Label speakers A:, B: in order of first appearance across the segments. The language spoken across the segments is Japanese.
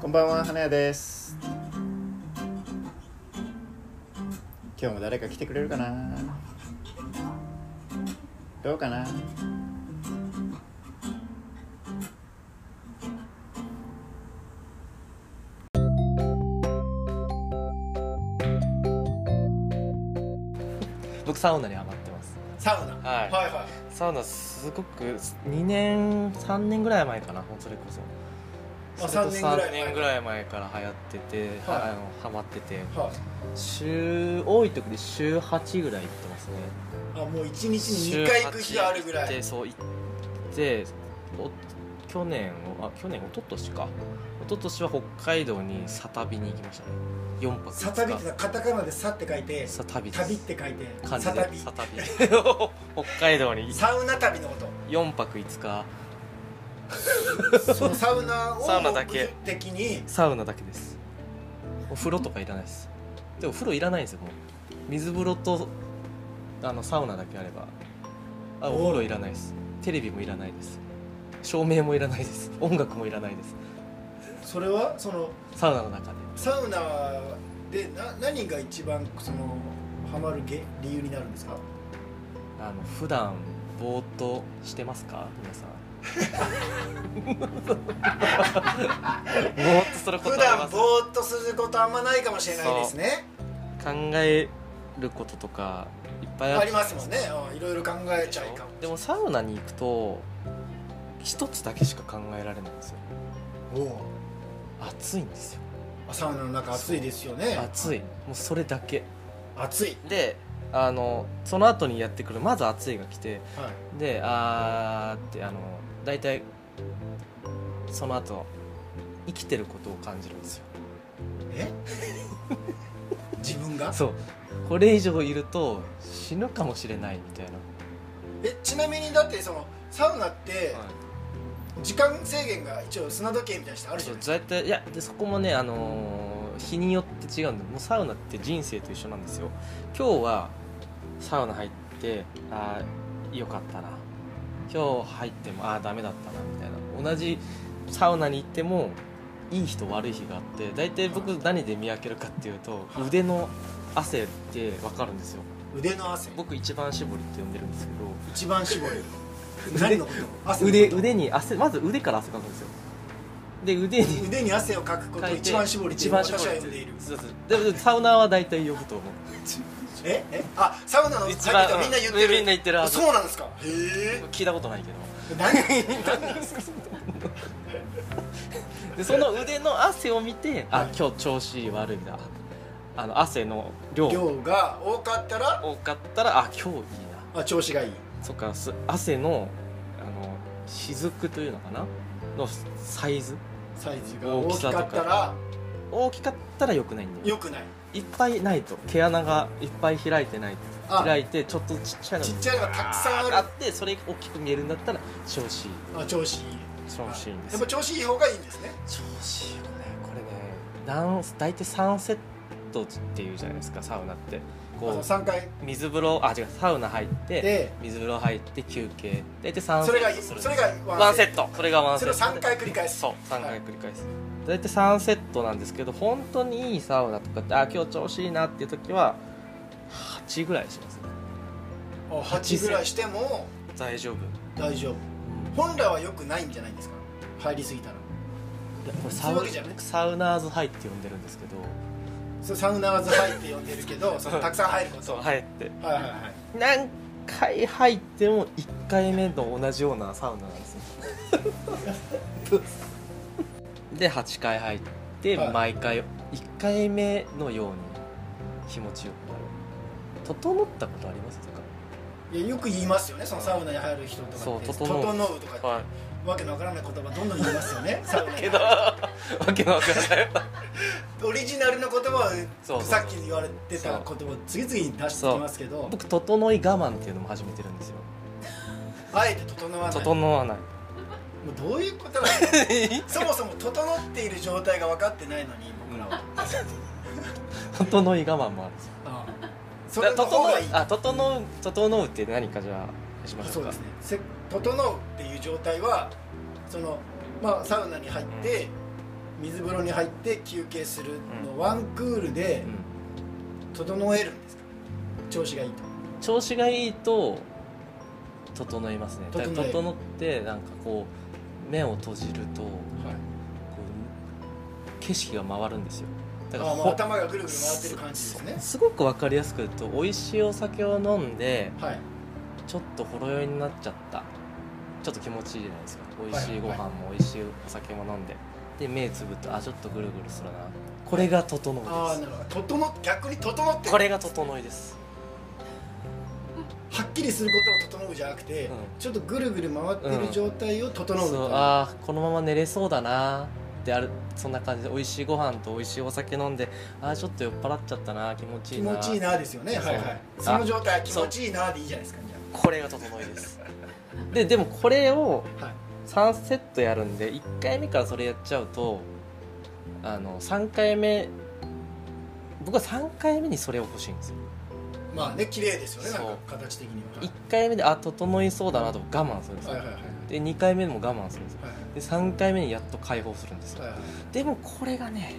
A: こんばんは、花屋です。今日も誰か来てくれるかな。どうかな。
B: 僕サウナにハマってます
C: サウナ
B: は
C: はいは
B: サウナすごく2年3年ぐらい前かなそれこそ
C: あ
B: それと
C: 3年ぐらい前
B: 3年ぐらい前から流行ってて、は
C: はい
B: あのハマってて
C: いはい
B: 週多い時で週8ぐらい行ってますね
C: あもう1日に2回行く日があるぐら
B: 週八行ってそう行
C: い
B: ってお去年をあ去年一昨年か一昨年は北海道にサタビに行きましたね4泊
C: サタビっ
B: 5
C: てさカタカナでサって書いて
B: 日サタビです
C: 旅って書いて
B: 漢字
C: サ
B: で
C: タビ
B: サタビ 北海道に
C: サウナ旅のこ
B: 4泊5日
C: とそのサウナを
B: サウナだけ
C: 目的に
B: サウナだけですお風呂とかいらないですでも風呂いらないんですよもう水風呂とあのサウナだけあればあお風呂いらないですテレビもいらないです照明もいらないです音楽もいらないです
C: それはその
B: サウナの中で
C: サウナでな何が一番そのハマるげ理由になるんですか
B: あの普段ぼーっとしてますか皆 さんぼーっとすること
C: 普
B: ありま
C: 段
B: す
C: ぼーっとすることあんまないかもしれないですね
B: 考えることとかいっぱい
C: あ
B: あ
C: りますもんねうんいろいろ考えちゃいかも
B: でもサウナに行くと一つだけしか考えられないんですよ
C: おう
B: 暑いんですよ
C: あサウナの中暑いですよね
B: 暑いもうそれだけ
C: 暑い
B: であのその後にやってくるまず暑いが来て
C: はい
B: であーってあの大体その後生きてることを感じるんですよ
C: え 自分が
B: そうこれ以上いると死ぬかもしれないみたいな、
C: えちなみにだってそのサウナって時間制限が一応砂時計みたいなしてあるじ
B: そ
C: ゃ
B: う
C: ないですか
B: 大体いやでそこもね、あのー日によって違うんでもうサウナって人生と一緒なんですよ今日はサウナ入ってああよかったな今日入ってもああダメだったなみたいな同じサウナに行ってもいい日と悪い日があって大体僕何で見分けるかっていうと腕の汗って分かるんですよ
C: 腕の汗
B: 僕一番絞りって呼んでるんですけど
C: 一番絞る
B: 腕
C: 何のこと汗の
B: 腕
C: こと
B: 腕に汗まず腕から汗かくんですよで腕に
C: 腕に汗をかくことを一番絞りって
B: 一番
C: 私
B: 絞
C: は
B: り
C: 呼んでいる
B: そうそうでもでもサウナーは大体呼ぶと思う
C: ええあサウナの入っ
B: 一
C: て
B: 番
C: みんな言ってる
B: みんな言ってるはず
C: そうなんですかへえ
B: 聞いたことないけど
C: 何 何ですか
B: でその腕の汗を見て
C: は
B: あ
C: い
B: 今日調子悪いなあの汗の量
C: 量が多かったら
B: 多かったらあ今日いいな
C: あ調子がいい
B: そっかす汗のあの雫というのかなのサイズ
C: サイズが大きかったら
B: 大きかったら良くないんだよ
C: 良くない
B: いっぱいないと毛穴がいっぱい開いてない
C: あ
B: 開いてちょっとちっちゃいの
C: ちっちゃいのがたくさんある
B: あってそれが大きく見えるんだったら調子いい
C: あ調子いい
B: 調子いいんですよ
C: やっぱ調子いい方がいいんですね
B: 調子いいよねこれねなん大体3セットっていうじゃないですかサウナって
C: あの
B: こ
C: 3回
B: う水風呂あ違うサウナ入って
C: で
B: 水風呂入って休憩大体3
C: そ
B: セ
C: れが
B: ットする
C: それが
B: ワンセットそれがワンセット
C: それを3回繰り返す
B: そう3
C: は
B: 回
C: い
B: 繰り返す、大体3セットなんですけど本当にいいサウナとかってあ今日調子いいなっていう時は8ぐらいしますね
C: あ八ぐらいしても
B: 大丈夫
C: 大丈夫本来は良くないんじゃないんですか入りすぎたら
B: いやこれ
C: そう
B: サ
C: いうわ
B: ウ
C: けじゃない
B: サウナーズハイって呼んでるんですけど
C: それサウナーズハイって呼んでるけ どそのたくさん入ることはい
B: ハイって
C: はいはい
B: 何回入っても1回目と同じようなサウナなんですよで8回入って
C: はい
B: 毎回1回目のように気持ちよくなる整ったことありますと
C: いやよく言いますよねそのサウナに入る人とかって
B: そう整う
C: 整うとかって
B: かはい
C: わけのわからない言葉どんどん言いますよ ねサウナに
B: けどわけのわからない
C: オリジナルの言葉
B: そうそう
C: をさっき言われてた言葉を次々に出してきますけど
B: 僕整い我慢っていうのも始めてるんですよ
C: あえて整わないも
B: 整わないう
C: どういうことなんだそもそも整っている状態が分かってないのに僕らは
B: 整い我慢もあるんですよ
C: あそれの方がいい
B: あ整う整うって何かじゃあしまし
C: そ
B: ょ
C: う
B: うか
C: ですねせ整うっていう状態はそのまあ、サウナに入って、水風呂に入って休憩するのワンクールで
B: うん
C: 整えるんですか調子がいいと
B: 調子がいいと整いますねだから
C: 整える
B: 整ってなんかこう目を閉じるとこ
C: はい、
B: う景色が回るんですよだから
C: あま
B: ほ
C: あ頭がぐるぐる回ってる感じですね
B: すごく分かりやすく言うと美味しいお酒を飲んで
C: はい
B: ちょっとほろ酔いになっちゃったちょっと気持ちいいじゃないですか美味しいご
C: はい
B: 飯も美味しいお酒も飲んで、で目つぶってあちょっとぐるぐるするなこれが整い
C: ああ
B: で
C: なるほど整っ逆に整って
B: すこれが整いです
C: はっきりすることを整うじゃなくて、
B: うん
C: ちょっとぐるぐる回ってる状態を整うみたい
B: そう
C: な、
B: あーこのまま寝れそうだなってあるそんな感じで美味しいご飯と美味しいお酒飲んであーちょっと酔っ払っちゃったな気持ちい
C: 気
B: いな
C: 持ちいいなですよね
B: そう
C: はいはい
B: あ
C: その状態気
B: そう
C: 持ちいいなでいいじゃないですかじ
B: これが整いですででもこれを
C: ゃあ、はい、
B: 3セットやるんで1回目からそれやっちゃうとあの3回目僕は3回目にそれを欲しいんですよ
C: まあね綺麗ですよねなん
B: そう
C: か形的には
B: 1回目であ整いそうだなと我慢するんですよ、
C: はいはいはいはい
B: で2回目も我慢するんですよ
C: はい
B: で3回目にやっと解放するんですよ、
C: はいはい
B: でもこれがね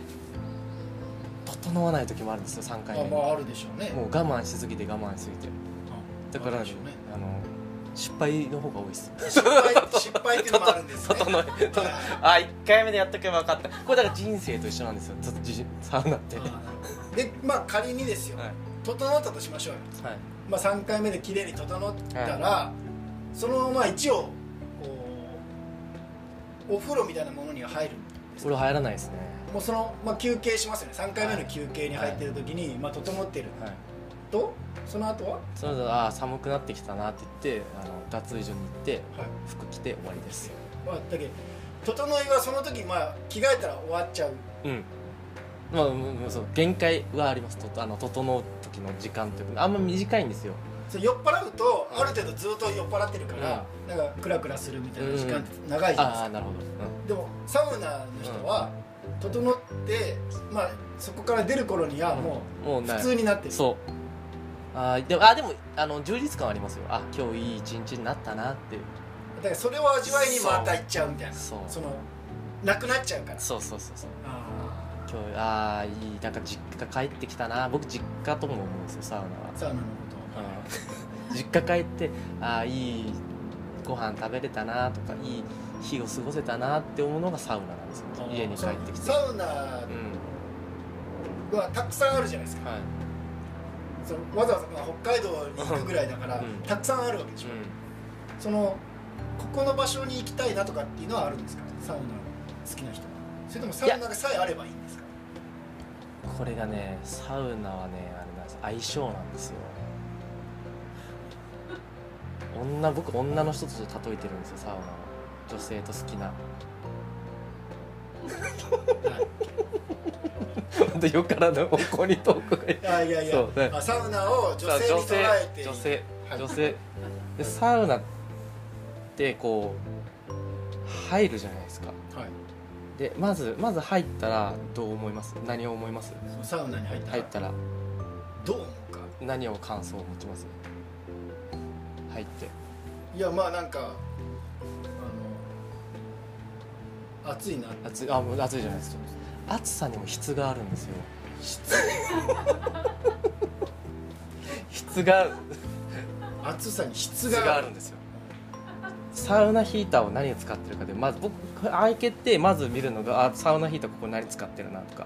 B: 整わない時もあるんですよ3回目
C: まあ
B: に
C: ま
B: も
C: ああるでしょうね
B: う我慢しすぎて我慢しすぎてだから
C: あ
B: ね、
C: るでしょうね
B: あの失敗の方が多いです
C: 失敗失敗っていうのもあるんですね
B: 整え整え あ一1回目でやっとけば分かったこれだから人生と一緒なんですよちょっとじサウナってはい
C: あーでまあ仮にですよ、
B: はい
C: 整ったとしましょうよ、まあ、3回目で綺麗に整ったら、そのまま一応こうお風呂みたいなものには入る
B: これ入らないですね
C: もうその、まあ、休憩しますよね3回目の休憩に入ってる時に、まあ、整ってる
B: はい
C: とその後は、
B: それでああ寒くなってきたなって言ってあの脱衣所に行って
C: はい
B: 服着て終わりです
C: まあ、だけど整いはその時、まあ、着替えたら終わっちゃう
B: うんまあ、うんうんそう限界はありますとあの整う時の時間というかあんま短いんですよ
C: それ酔っ払うとある程度ずっと酔っ払ってるから、なんかクラクラするみたいな時間って長いじゃないです
B: あ
C: か
B: あ、なるほど、う
C: でもサウナの人は整って、まあ、そこから出る頃に
B: ん、
C: はも
B: もう
C: う
B: ない
C: 普通になってる、
B: そうあーでもあーでもあの充実感はありますよあ今日いい一日になったなっていう
C: だからそれを味わいにまた行っちゃうみたいな
B: そう
C: そのなくなっちゃうから
B: そうそうそうそう
C: あ
B: 今日ああいいなんか実家帰ってきたな僕実家とも思うんですよサウナは
C: ーサウナのこ
B: うん実家帰ってああいいご飯食べれたなとかいい日を過ごせたなって思うのがサウナなんですよ
C: と
B: 家に帰ってきて
C: サウナは
B: うん
C: たくさんあるじゃないですか
B: はい
C: そのわざわざまあ北海道に行くぐらいだから、
B: うん
C: たくさんあるわけでしょ、そのここの場所に行きたいなとかっていうのはあるんですかサウナ好きな人はそれともサウナがさえあればいいんですか
B: うん、これがねサウナはねあれなんです相性なんですよ女僕女の人として例えてるんですよサウナは女性と好きなまたよからぬ怒りトークが
C: あいやいや、
B: そうね
C: あサウナを女性に捉えている
B: 女性
C: はい
B: 女性でサウナってこう入るじゃないですか
C: はい
B: でまずまず入ったらどう思います何を思います
C: そのサウナに入った
B: 入っ
C: ら
B: たら
C: どう思うか
B: 何を感想を持ちます入って
C: いやまあなんかあの暑いな
B: 暑いあもう暑いじゃないですか暑さにも質があるんですよ質が
C: 暑さに質
B: 質
C: が
B: があるんですよサウナヒーターを何を使ってるかでまず僕開けてまず見るのがあサウナヒーターここ何使ってるなとか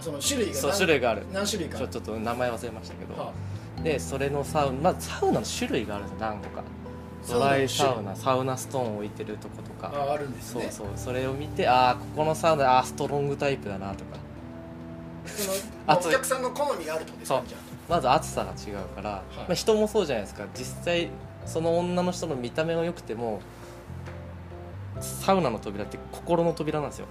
C: その種類が
B: そう
C: 何
B: 種類がある
C: 何種類
B: ちょ
C: か
B: ちょっと名前忘れましたけど、
C: は
B: でそれのサウナ、まあ、サウナの種類があるんですよ何個か
C: サウ
B: ド
C: ナの
B: ラ
C: 種類
B: イサウナサウナストーンを置いてるとこと
C: あ
B: か
C: ああるんです
B: そう
C: ね
B: そうそれを見てああここのサウナあーストロングタイプだなとか
C: そのまあ
B: 暑い
C: お客さんの好みがあるってことです
B: そ
C: か
B: う
C: じゃ
B: まず暑さが違うから、まあ、人もそうじゃないですか実際その女の人の見た目が良くてもサウナの扉って心の扉なんですよ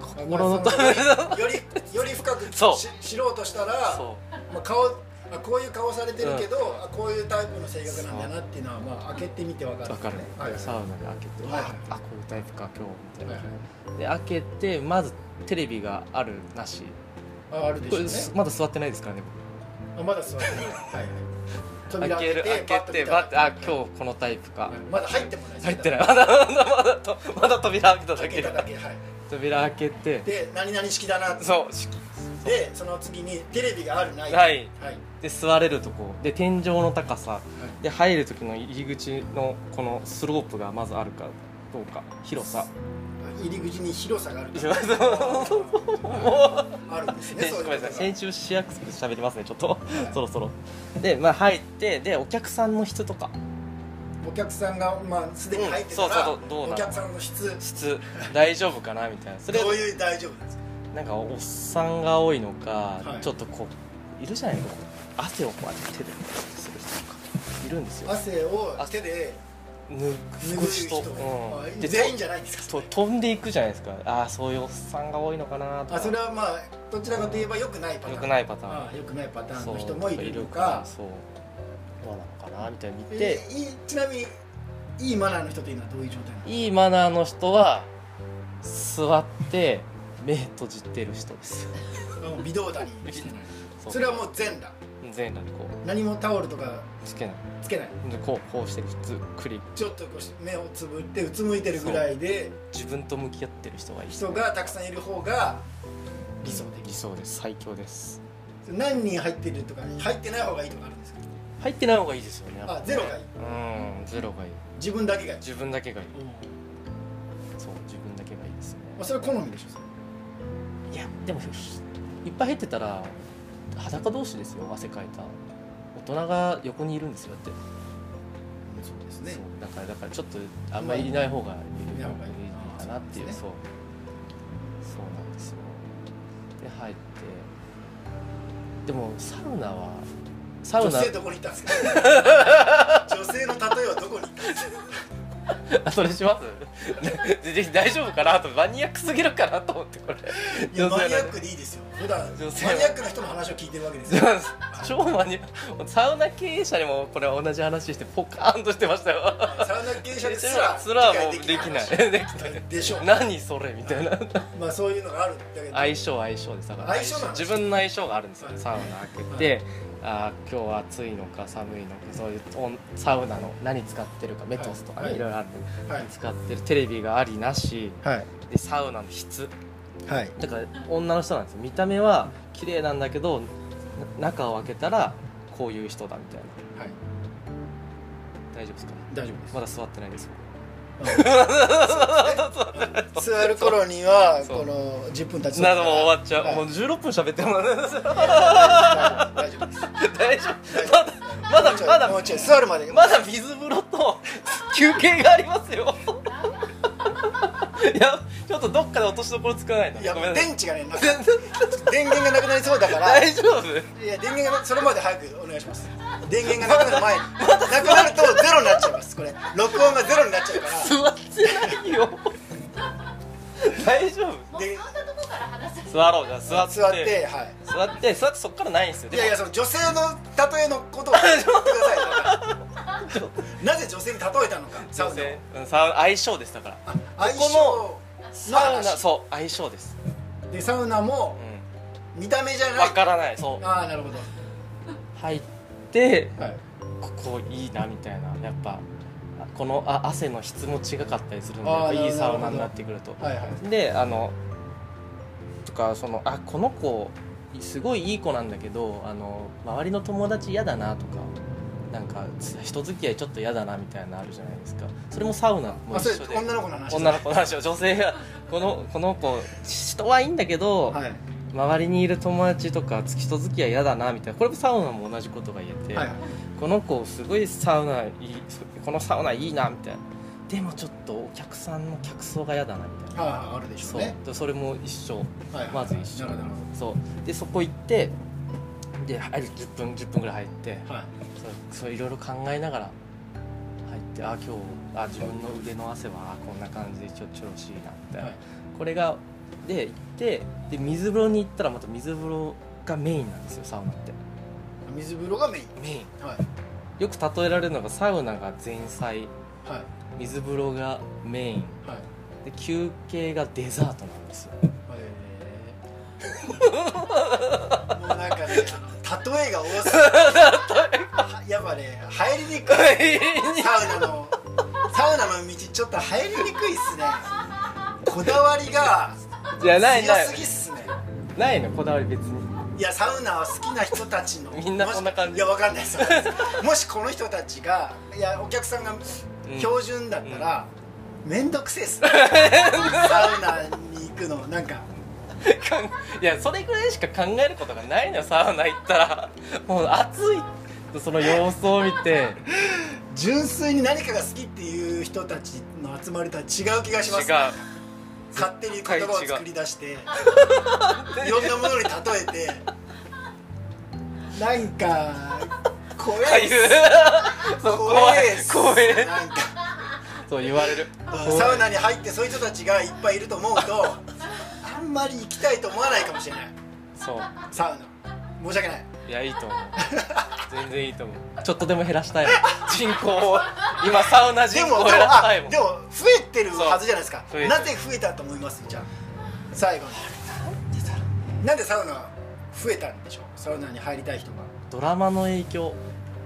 C: あ
B: 心の
C: まあそ
B: 扉
C: のよりより深く
B: そう
C: し知ろうとしたら
B: そ
C: まあ、顔あこういう顔されてるけど、あこういうタイプの性格なんだなっていうのは、まあ、開けてみて分か
B: う
C: る
B: 分かる、
C: はいはい
B: サウナで開けて、
C: はい
B: あこういうタイプか今日みたいな、
C: はいはい
B: で開けてまずテレビがあるなし
C: ああるで
B: こ
C: しょ
B: れ
C: うね
B: すまだ座ってないですからね
C: あまだ座ってない、はい、扉開けて
B: 開けて
C: バ
B: バッ
C: ッて
B: てあ今日このタイプか
C: まだ入ってもない
B: 入ってないいまだまだまだとまだ扉開けただ
C: 開
B: け
C: けた
B: だ
C: だけはい
B: 扉開けて
C: で何々式だなって
B: そう式
C: でその次にテレビがあるない
B: ない
C: はい
B: で座れるとこで天井の高さで入る時の入り口のこのスロープがまずあるかどうか広さ
C: 入り口に広さ がある
B: 広さ
C: あるんですね
B: で
C: そうい う
B: ごめんなさい
C: こ
B: 先週市役所で喋りますねちょっと
C: とが
B: そろそろでまあ入ってでお客さんの人とか
C: お客さんがまあすでに入ってた
B: うん
C: ら
B: そうそうどうなの
C: お客さんの質
B: 質大丈夫かなみたいなそれ
C: どういう大丈夫なんですか
B: なんかおっさんが多いのか、
C: はい
B: ちょっとこういるじゃないのこう汗をこうやって手でこうやってする人とかいるんですよ
C: 汗を手で
B: 拭
C: 拭
B: く
C: く
B: 人
C: 人
B: う
C: あ
B: んで
C: 全員じゃないんです
B: と
C: か
B: と飛んでいくじゃないですかああそういうおっさんが多いのかなとか
C: あそれはまあどちらかといえば良くないパターン
B: よくないパターン
C: ああ良くないパターン
B: そう
C: の人もいると
B: と
C: か
B: そうどうなのかなみたいに見
C: で
B: て、
C: ちなみにいいマナーの人というのはどういう状態なの
B: いいマナーの人は座って目閉じてる人です
C: もう微動だに
B: そう
C: それはもう全裸
B: 全裸でこ
C: 何もタオルとか
B: うつけない
C: つけない
B: でこうこうしてるずっくり
C: ちょっとこうし目をつぶってうつむいてるぐらいで
B: 自分と向き合ってる人がいい
C: 人がたくさんいる方が理想
B: 理
C: 的
B: 想です最強です
C: 何人入ってるとか入ってない方がいいとかあるんですか
B: 入ってない方がいいですよねやっぱ
C: あゼロがいい
B: うんゼロがいい
C: 自分だけがいい
B: 自分だけがいい
C: うんま
B: そう自分だけがいいですね
C: あそれは好みでしょそれ
B: いやでもひいっぱい入ってたら裸同士ですよ汗かいた大人が横にいるんですよだって
C: そうです
B: そうだからだからちょっとあんまりいない方がいい
C: いない方がいい
B: かなっていう
C: あ
B: そ
C: そ
B: そ
C: う
B: うなんですよで入ってでもサウナはサウ
C: 女
B: ナ
C: 性どこに行ったんですか女性の例えはどこに行ったんですか
B: あ それします で大丈夫かなとマニアックすぎるかなと思ってこれ
C: いや
B: 女
C: マ
B: 性
C: ニア
B: の
C: ックでいいですよ普段マニア
B: 女性は
C: ックな人の話を聞いてるわけですよ
B: 超マニアサウナ経営者にもこれ同じ話してポカーンとしてましたよ
C: サウナ経営者ですら
B: すらもうで
C: 理
B: き
C: 解
B: ない できない
C: でしょう
B: 何それみたいな
C: まあそういうのがあるんだけど
B: 相性相性ですだから
C: 相性なんです
B: 自分の相性があるんですよ
C: はい
B: サウナ開けて、あー今日は暑いのか寒いのかそういうおんサウナの何使ってるかメトスとかね、、
C: はいい
B: ろいろあるんで、
C: はい
B: 使ってるテレビがありなし
C: はい
B: でサウナの質
C: はい
B: だから女の人なんですよ見た目は綺麗なんだけどな中を開けたらこういう人だみたいな
C: はい
B: 大丈夫ですか
C: 大丈夫です
B: まだ座ってないですよ
C: 座る頃には
B: そう
C: この10分経ち
B: などもう終わっちゃう、
C: はい
B: もう16分喋ってもらう
C: 大丈夫です
B: 大丈夫
C: 大丈夫です
B: まだまだ
C: もうちょい座るまで
B: まだ水風呂と休憩があります よいやちょっとどっかで落としどころつかないと
C: いや
B: ごめんなさい
C: 電池がねな電源がなくなりそうだからい
B: 大丈夫
C: や電源がなそれまで早くお願いします電源がなくな る前になくなるとゼロになっちゃいますこれ録音がゼロになっちゃうか
B: 座ってないよ大丈夫
C: らで
D: そんなとこから話す
B: 座ろうじゃあ座
C: 座
B: っ
C: っててはい
B: 座って座ってそっからないんですよ
C: い
B: でも
C: やいやその女性の例えのことを言ってくださ いなぜ女性に例えたのかサ
B: 女
C: ウナ
B: 性うんサウナ相性ですだから
C: あ相性
B: こサウナ
C: 話
B: そう相性です
C: でサウナも
B: う
C: 見た目じゃ
B: ん
C: ない
B: わからないそう
C: ああなるほど
B: 入って
C: はい
B: ここいいなみたいなやっぱあこのあ汗の質も違かったりするんでやっ
C: あ
B: ぱ
C: ー
B: いいサウナ
C: なるほど
B: になってくると
C: はいはい
B: であのとかそのあこの子すごいいい子なんだけどあの周りの友達嫌だなとかなんかつ人付き合いちょっと嫌だなみたいなのあるじゃないですかそれもサウナも
C: あ
B: 一
C: それ
B: 緒で
C: 女の子の話
B: 女の子の話を女性がこのこの子人はいいんだけど、
C: はい
B: 周りにいる友達とか人付き合い嫌だなみたいなこれもサウナも同じことが言えて、
C: はい
B: この子すごいサウナいいこのサウナいいなみたいなでもちょっとお客さんの客層が嫌だなみたいな、
C: はいはいあるでしょ
B: そうう
C: ね
B: でそれも一緒
C: はい
B: まず一緒
C: なるほどなる
B: そうでそこ行ってで入る10分10分ぐらい入って
C: ほどはい
B: そうそういろいろ考えながら入ってあ今日あ自分の腕の汗はあこんな感じでちょ調子いいなみたいな、
C: はい
B: これがで行ってで水風呂に行ったらまた水風呂がメインなんですよサウナって
C: 水風呂がメイン
B: メイン
C: はい
B: よく例えられるのがサウナが前菜
C: はい
B: 水風呂がメイン
C: はい
B: で休憩がデザートなん ですよ
C: え ーもうなんかねあの例えが多すぎやっぱね入りにくいサウナのサウナの道ちょっと入りにくいっすねこだわりが
B: じゃあない
C: 強
B: ない
C: すぎっすね
B: ないのこだわり別に
C: いやサウナは好きな人たちの
B: みんなこんな感じ
C: もしいやわかんないですわかんないですもしこの人たちがいやお客さんが標準だったら、めんどくせえっす ねサウナに行くのなんか
B: かんいやそれぐらいしか考えることがないのよサウナ行ったらもう暑いその様子を見て
C: 純粋に何かが好きっていう人たちの集まりとは違う気がし
B: 違う
C: ます、勝手に言葉を作り出していろんなものに例えてなんか怖
B: か
C: い
B: ゆ
C: っ
B: い
C: す
B: そう
C: 怖
B: 怖
C: い
B: い
C: っす
B: 怖い
C: なんか
B: そう言われる
C: サウナに入ってそういう人たちがいっぱいいると思うとあんまり行きたいと思わないかもしれない
B: そう
C: サウナ申し訳ない
B: いやいいと思う全然いいと思うちょっとでも減らしたいもん人口を今サウナ
C: で
B: 人
C: も
B: 口
C: で
B: 減
C: も
B: らしたいも
C: あ
B: ん
C: でも増えてるはずじゃないですか
B: そう増えて
C: な
B: る
C: ぜ増えたと思いますじゃあ最後になんでサウナ増えたんでしょうサウナに入りたい人が
B: ドラマの影響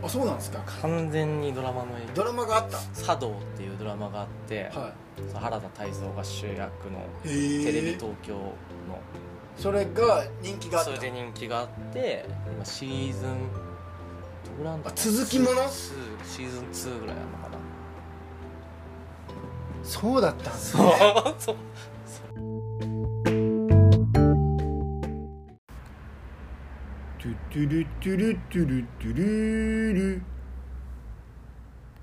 C: あそうなんですか
B: 完全にドラマの影響
C: ドラマがあった
B: 茶道っていうドラマがあって、
C: は
B: そう原田泰造が主役の
C: いへえ
B: テレビ東京の、
C: それが人気があっ
B: それ
C: た
B: で人気があって今シーズンどれなんだ
C: あ続きもの
B: ツーシーズン2ぐらいあるのかな
C: そうだったんですね
B: そうそう
A: トゥトゥルトゥルトゥルトゥルル